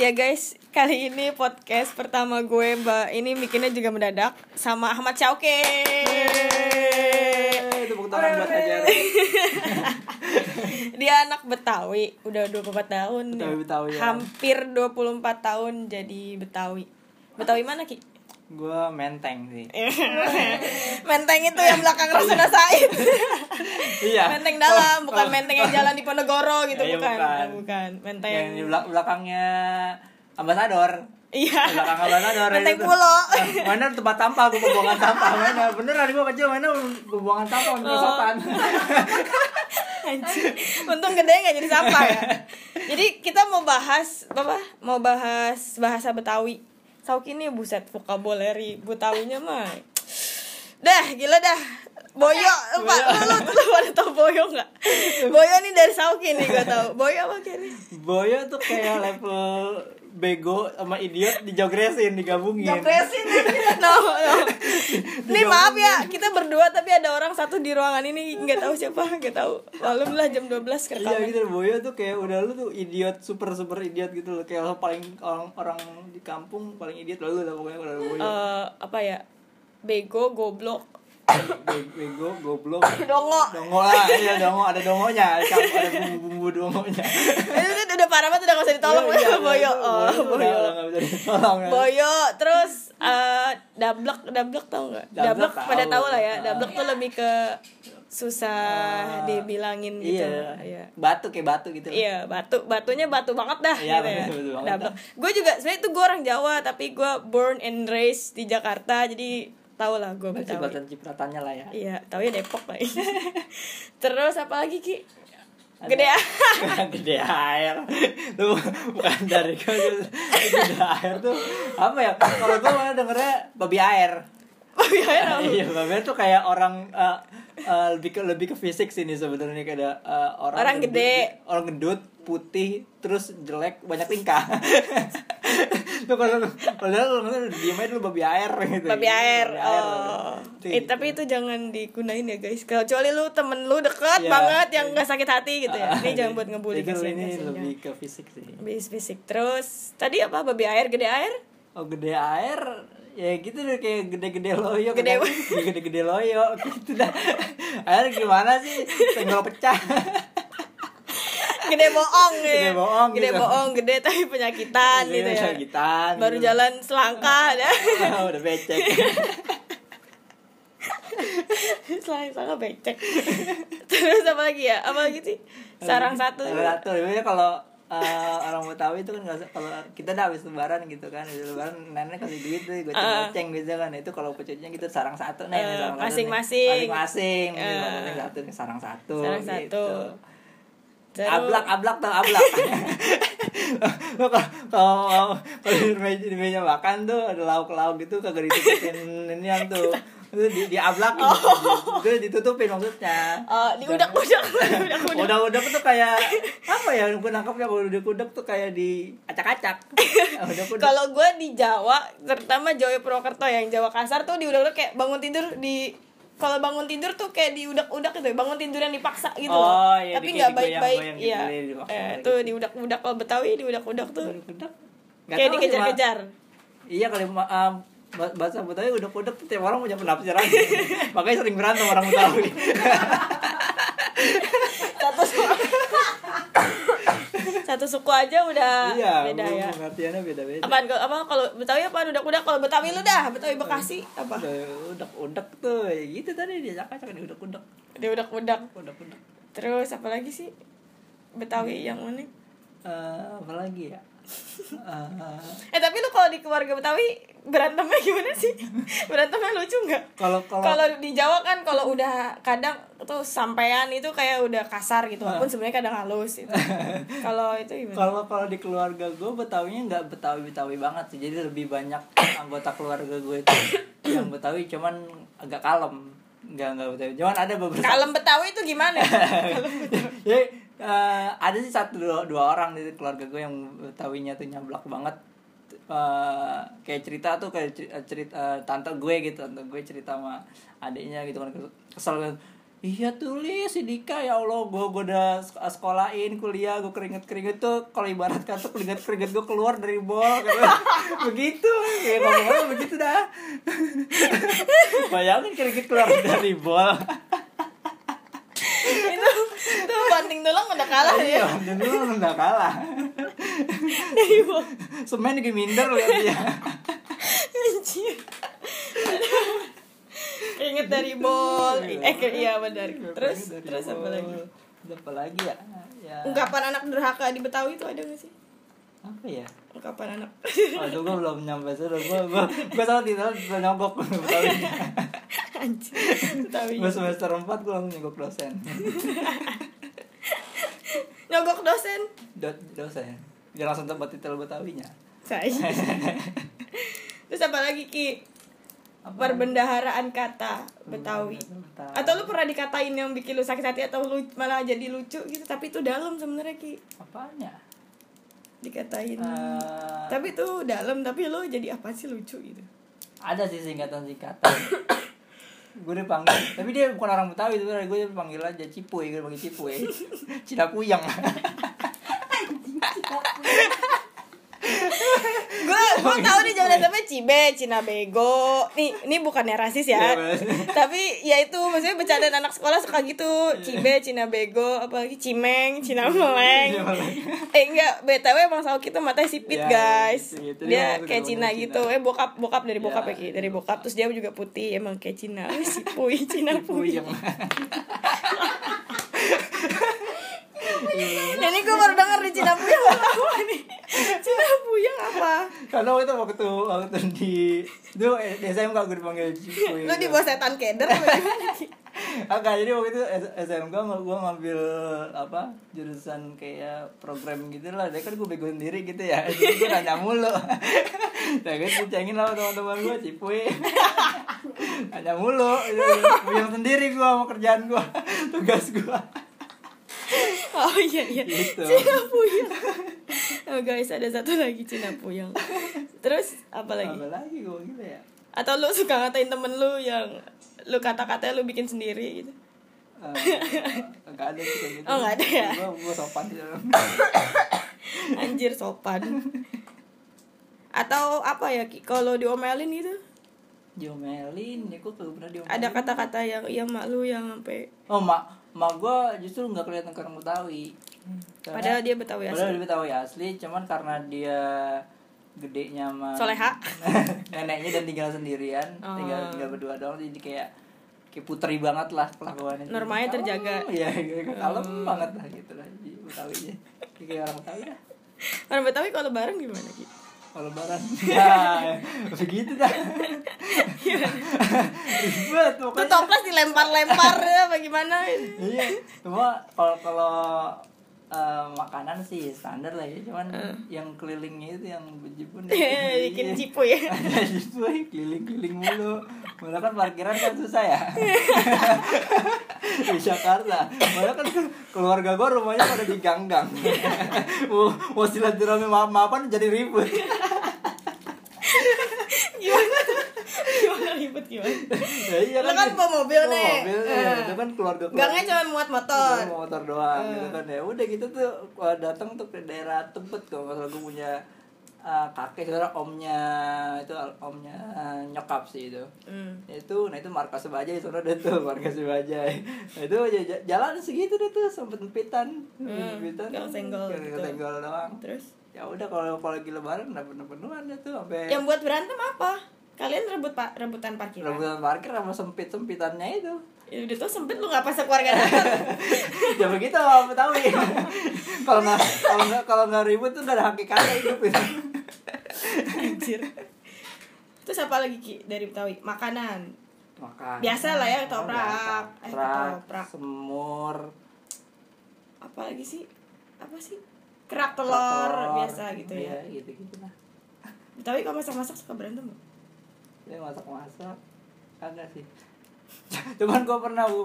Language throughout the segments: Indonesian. Ya guys, kali ini podcast pertama gue Mbak ini bikinnya juga mendadak sama Ahmad Syauke. Yeay, tepuk tangan buat Hajar. Dia anak Betawi, udah 24 tahun. Betawi, Betawi, ya. Hampir 24 tahun jadi Betawi. Betawi mana Ki? Gue menteng sih. menteng itu yang belakang Rasuna Said. Iya. menteng dalam, bukan menteng yang jalan di Ponegoro gitu, Iya, bukan. bukan. bukan. Menteng. Yang di belak- belakangnya ambasador. Iya. Belakang ambasador. itu Menteng tuh. Pulo. Ah, Mana tempat sampah gue pembuangan sampah mana? Beneran gue kecil mana pembuangan sampah Oh. untuk sopan. Anjing. Untung gede nggak jadi sampah ya. Jadi kita mau bahas apa? Mau bahas bahasa Betawi. Sauki ini buset vocabulary Betawinya mah. Dah, gila dah. Boyo, Pak, lu, lu, lu pada tau Boyo nggak? Boyo nih dari Sauki nih gue tau Boyo apa kayak nih? Boyo tuh kayak level bego sama idiot dijogresin digabungin. Jopresin No, no. Nih maaf ya, kita berdua tapi ada orang satu di ruangan ini nggak tahu siapa, nggak tahu. Malum lah jam 12 Iya kerekam. gitu Boyo tuh kayak udah lu tuh idiot super super idiot gitu loh kayak lo paling orang orang di kampung paling idiot lo lah pokoknya kalau ada Boyo Eh, apa ya? Bego, goblok, Be- bego goblok dongo. dongo lah iya dongo ada dongonya ada kamp- ada bumbu-bumbu dongonya itu kan udah, udah parah banget udah gak usah ditolong Iya, iya, boyo itu oh, Boyo tuh udah boyo nggak bisa ditolong kan. boyo terus eh dablek dablek tau nggak Dablek dablek pada tahu. tahu lah ya Ah. dablek tuh lebih ke susah Ah, dibilangin gitu iya iya batu kayak batu gitu loh. Iya, batu batunya batu banget dah Iya, gitu ya. betul-betul banget Dablek. Gue juga sebenarnya itu gue orang Jawa tapi gue born and raised di Jakarta jadi tau lah gue Betawi. cipratan cipratannya lah ya Iya, taunya Depok lah. terus apa lagi Ki? Ada- Gede ya. gede air lu bukan dari kau gede air tuh apa ya kalau gue malah dengernya babi air Oh iya, iya. iya babi air tuh kayak orang eh, eh, lebih ke lebih ke fisik sini sebenarnya kayak ada eh, orang Orang gendut- gede. orang gendut putih terus jelek banyak tingkah tuh kalau lu padahal lu ngerti diem aja dulu babi air gitu babi air. Babi Oh. Tuh, Eh, gitu. tapi itu jangan digunain ya guys. Kecuali lu temen lu deket Iya. banget yang gak sakit hati gitu ya. Ini jangan buat ngebully Jadi kasihan ini kasihan. lebih ke fisik sih Bis fisik terus. Tadi apa babi air gede air? Oh gede air ya gitu deh kayak gede-gede loyo Gede- kayak gede-gede loyo gitu dah air gimana sih tenggel pecah Gede bohong ya. Gede bohong Gede gitu. bohong, gede tapi penyakitan gitu ya. Sakitan, Baru Iya, gitu. jalan selangkah ya. ada. Ah, udah becek Selangkah becek. terus apa lagi ya? Apa lagi sih? Sarang satu. sarang satu Biasanya kalau eh, orang Betawi itu kan nggak usah kalau kita udah habis lebaran gitu kan habis lebaran nenek kasih duit tuh gue Ah. goceng gitu kan itu kalau pecutnya gitu sarang satu nih Eh, sarang satu nih. masing-masing. masing-masing Eh. gitu, sarang satu nih, sarang satu Sarang satu. gitu. Terus- ablak ablak tau ablak Lo kalau- kalau kalau di meja, di meja makan tuh ada lauk lauk gitu kagak ditutupin ini yang tuh itu di, gitu, di ablak Oh. itu ditutupin maksudnya Eh, di udak-udak, udak-udak. udah udah tuh kayak apa ya gue nangkapnya kalau udah kudek tuh kayak di acak acak udah kudek Kalau gue di Jawa, terutama Jawa Purwokerto ya, yang Jawa kasar tuh diudak-udak kayak bangun tidur di kalau bangun tidur tuh kayak diudak-udak gitu, bangun tidur yang dipaksa gitu. Oh, loh. iya, Tapi di- nggak kayak baik-baik, digoyang-goyang gitu, iya. iya, dipaksa Eh, gitu. tuh diudak-udak kalau Betawi diudak-udak tuh. udah kudek Nggak Kayak tahu sih, Ma. dikejar-kejar. Iya kali ma- um, bah- bahasa Betawi udah kodok tuh tiap orang punya penafsiran. Makanya sering berantem orang Betawi. Satu suku. Satu suku aja udah iya, beda ya. pengertiannya beda-beda. Apaan kalau apa kalau Betawi apa udak-udak kalau Betawi lu dah, Betawi Bekasi apa? Udak-udak tuh ya gitu tadi dia cakap cakap udak-udak. Diudak-udak. Udak-udak. Terus apa lagi sih? Betawi yang unik. Eh, apa lagi ya? Eh, Eh tapi lu kalau di keluarga Betawi berantemnya gimana sih? berantemnya lucu nggak? Kalau kalau Kalau di Jawa kan kalau udah kadang tuh sampean itu kayak udah kasar gitu, Ah. walaupun sebenarnya kadang halus itu. kalau itu gimana? kalau kalau di keluarga gue Betawinya nggak Betawi Betawi banget sih. Jadi lebih banyak anggota keluarga gue itu yang Betawi cuman agak kalem. Enggak enggak Betawi. Cuman ada beberapa Kalem Betawi itu gimana? ya eh, ada sih satu dua, dua orang di keluarga gue yang betawinya tuh nyablak banget Eh, kayak cerita eh, tuh kayak cerita, cerita eh, tante gue gitu tante gue cerita sama adiknya gitu kan kesel kan iya tulis si Dika ya Allah gue gue udah sek- sekolahin kuliah gue keringet keringet tuh kalau ibaratkan tuh keringet keringet gue keluar dari bol Karena- begitu ya ngomong begitu dah bayangin keringet keluar dari bol itu tuh banting tulang udah kalah iya ya dan lu nggak kalah dari bawah. semen lagi minder lihat dia Anjir. Ingat dari bol. Eh ke- iya benar. Terus Dari terus apa bol. lagi? apa lagi ya ya Ungkapan anak durhaka di Betawi itu ada gak sih? apa ya Ungkapan anak. Aduh gue belum nyampe sana Gue gue gue sama Tina udah nyogok Betawi Anjir. Betawi. Gue semester 4 gue langsung nyogok dosen Nyogok dosen. Do, Dosen Dia langsung tempat titel Betawinya Saya. Terus apa lagi Ki? Apa? Perbendaharaan kata Betawi. Betawi. Atau lu pernah dikatain yang bikin lu sakit hati atau lu malah jadi lucu gitu tapi itu dalam sebenarnya Ki. Apanya? Dikatain. Eh, tapi itu dalam tapi lu jadi apa sih lucu gitu. Ada sih singkatan-singkatan gue dipanggil tapi dia bukan orang Betawi itu gue dipanggil aja Cipuy gue panggil Cipuy Cina Puyang gue gue tahu nih jangan SMP cibe Cina bego nih ini bukannya rasis ya Iya, Mas. tapi ya itu maksudnya bercandaan anak sekolah suka gitu cibe Cina bego apalagi cimeng Iya, Cina meleng eh enggak btw emang Sauki tuh matanya Ya, sipit Iya, guys sipit. Jadi dia emang kayak suka Cina ngomong gitu Cina. eh bokap bokap dari bokap Iya, ya Ki. dari bokap terus dia juga putih emang kayak Cina si puy Cina puy Puyang dan Ya, ini gue baru denger di Cina puy gak tahu nih Cina puy apa karena waktu waktu waktu di itu di SMK gue dipanggil Cipuy lu di bawah setan keder apa ya? gimana Ki? Agak Ah, jadi waktu itu S- SMK gua gua ngambil apa jurusan kayak program gitu lah. Dia kan gue bego sendiri gitu ya. Jadi gue nanya mulu. Nah gue dicengin sama teman-teman gue cipuy. nanya mulu. Gitu. Puyeng sendiri gue sama kerjaan gue, tugas gue. Oh iya iya. Gitu. Cina puyeng. Oh guys, ada satu lagi Cina puyeng. Terus apa lagi? Apa lagi gue gitu ya. Atau lu suka ngatain temen lu yang lu kata-katanya lu bikin sendiri gitu. Eh, Nggak ada sih kayak gitu. Oh, nggak ada ya? Gue gue sopan di dalam. Anjir sopan. Atau apa ya Ki kalau diomelin gitu? Diomelin, ya gue kagak pernah diomelin. Ada kata-kata yang iya mak lu yang sampai Oh mak, mak gue justru nggak kelihatan orang Betawi. Karena- padahal dia Betawi Padahal ya, asli. dia Betawi ya, asli, cuman karena dia gedenya sama Soleha. neneknya dan tinggal sendirian, Oh. tinggal tinggal berdua doang jadi kayak kayak putri banget lah kelakuannya. Jadi Normanya kalem, terjaga. Oh. Iya, kayak kalem banget lah gitu lah jadi Betawinya. Kayak orang Betawi dah. Orang Betawi kalau bareng gimana Ki? Kalau lebaran. Nah, begitu dah. Iya. Ribet Tuh pokoknya. toples dilempar-lempar apa gimana? gitu. iya cuma kalau kalau eh, makanan sih standar lah ya cuman yang kelilingnya itu yang Iya. bejibun Eh. Iya, Bikin cipu ya. justru keliling-keliling mulu Mana kan parkiran kan susah ya Iya. di Jakarta Mana kan keluarga gue rumahnya pada di ganggang mau mau silaturahmi maaf maafan jadi ribut gimana tuh? gimana ribut gimana ya, iya Lo kan bawa mobil Bawa nih. mobil Eh. itu kan keluarga gangnya cuma muat motor Eh. Cuma Iya, motor doang gitu kan ya udah gitu tuh uh, datang tuh ke daerah Tebet kalau nggak salah gue punya uh, kakek saudara omnya itu al- omnya uh, nyokap sih itu hmm. itu nah itu markas Bajai sono deh tuh markas Bajai nah itu j- j- jalan segitu deh tuh sempet empitan empitan kalau senggol Kalau Hmm, gitu. senggol doang terus ya udah kalau kalau lagi lebaran udah penuh penuhan deh tuh sampai yang buat berantem apa kalian rebut pak rebutan parkiran rebutan parkir sama sempit sempitannya itu ya udah tuh sempit lu nggak pas keluarga datang ya begitu orang Betawi kalau nggak kalau nggak kalau nggak ribut tuh nggak ada gitu. hakikatnya hidup itu anjir terus apa lagi ki dari Betawi makanan makan Biasa lah ya, ketoprak. Makan, Eh, ketoprak, ketoprak. semur apa lagi sih apa sih kerak telur kotor. biasa gitu ya Iya, gitu gitu lah Betawi kalau masak-masak suka berantem nggak? dia masak masak kagak sih cuman gue pernah gue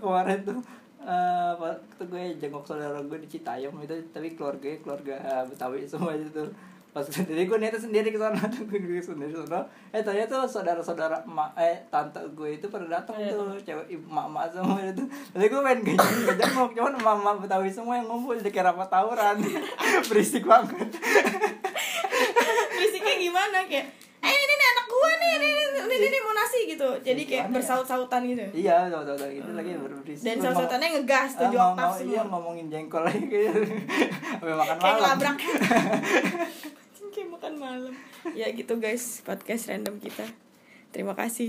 kemarin tuh eh waktu gue jenguk saudara gue di Citayam itu tapi keluarganya keluarga eh, Betawi semua itu tuh pas jadi gue niatnya sendiri ke sana tuh gue sendiri ke sana eh ternyata tuh saudara saudara emak eh tante gue itu pada datang Iya. tuh cewek emak emak semua itu jadi gue main gajeng gajeng cuman emak emak betawi semua yang ngumpul di kerapat tawuran berisik banget berisiknya gimana kayak eh ini nih anak gua nih ini ini, ini, ini mau nasi gitu jadi kayak Gimana ya? bersaut-sautan gitu iya sama sama itu lagi berisik Hmm. dan Terus saut-sautannya ngegas ngomong- tujuh ah, oktav ngomong- iya semua ngomongin jengkol lagi gitu sampai makan kayak malam ngelabrak kayak makan malam ya gitu guys podcast random kita terima kasih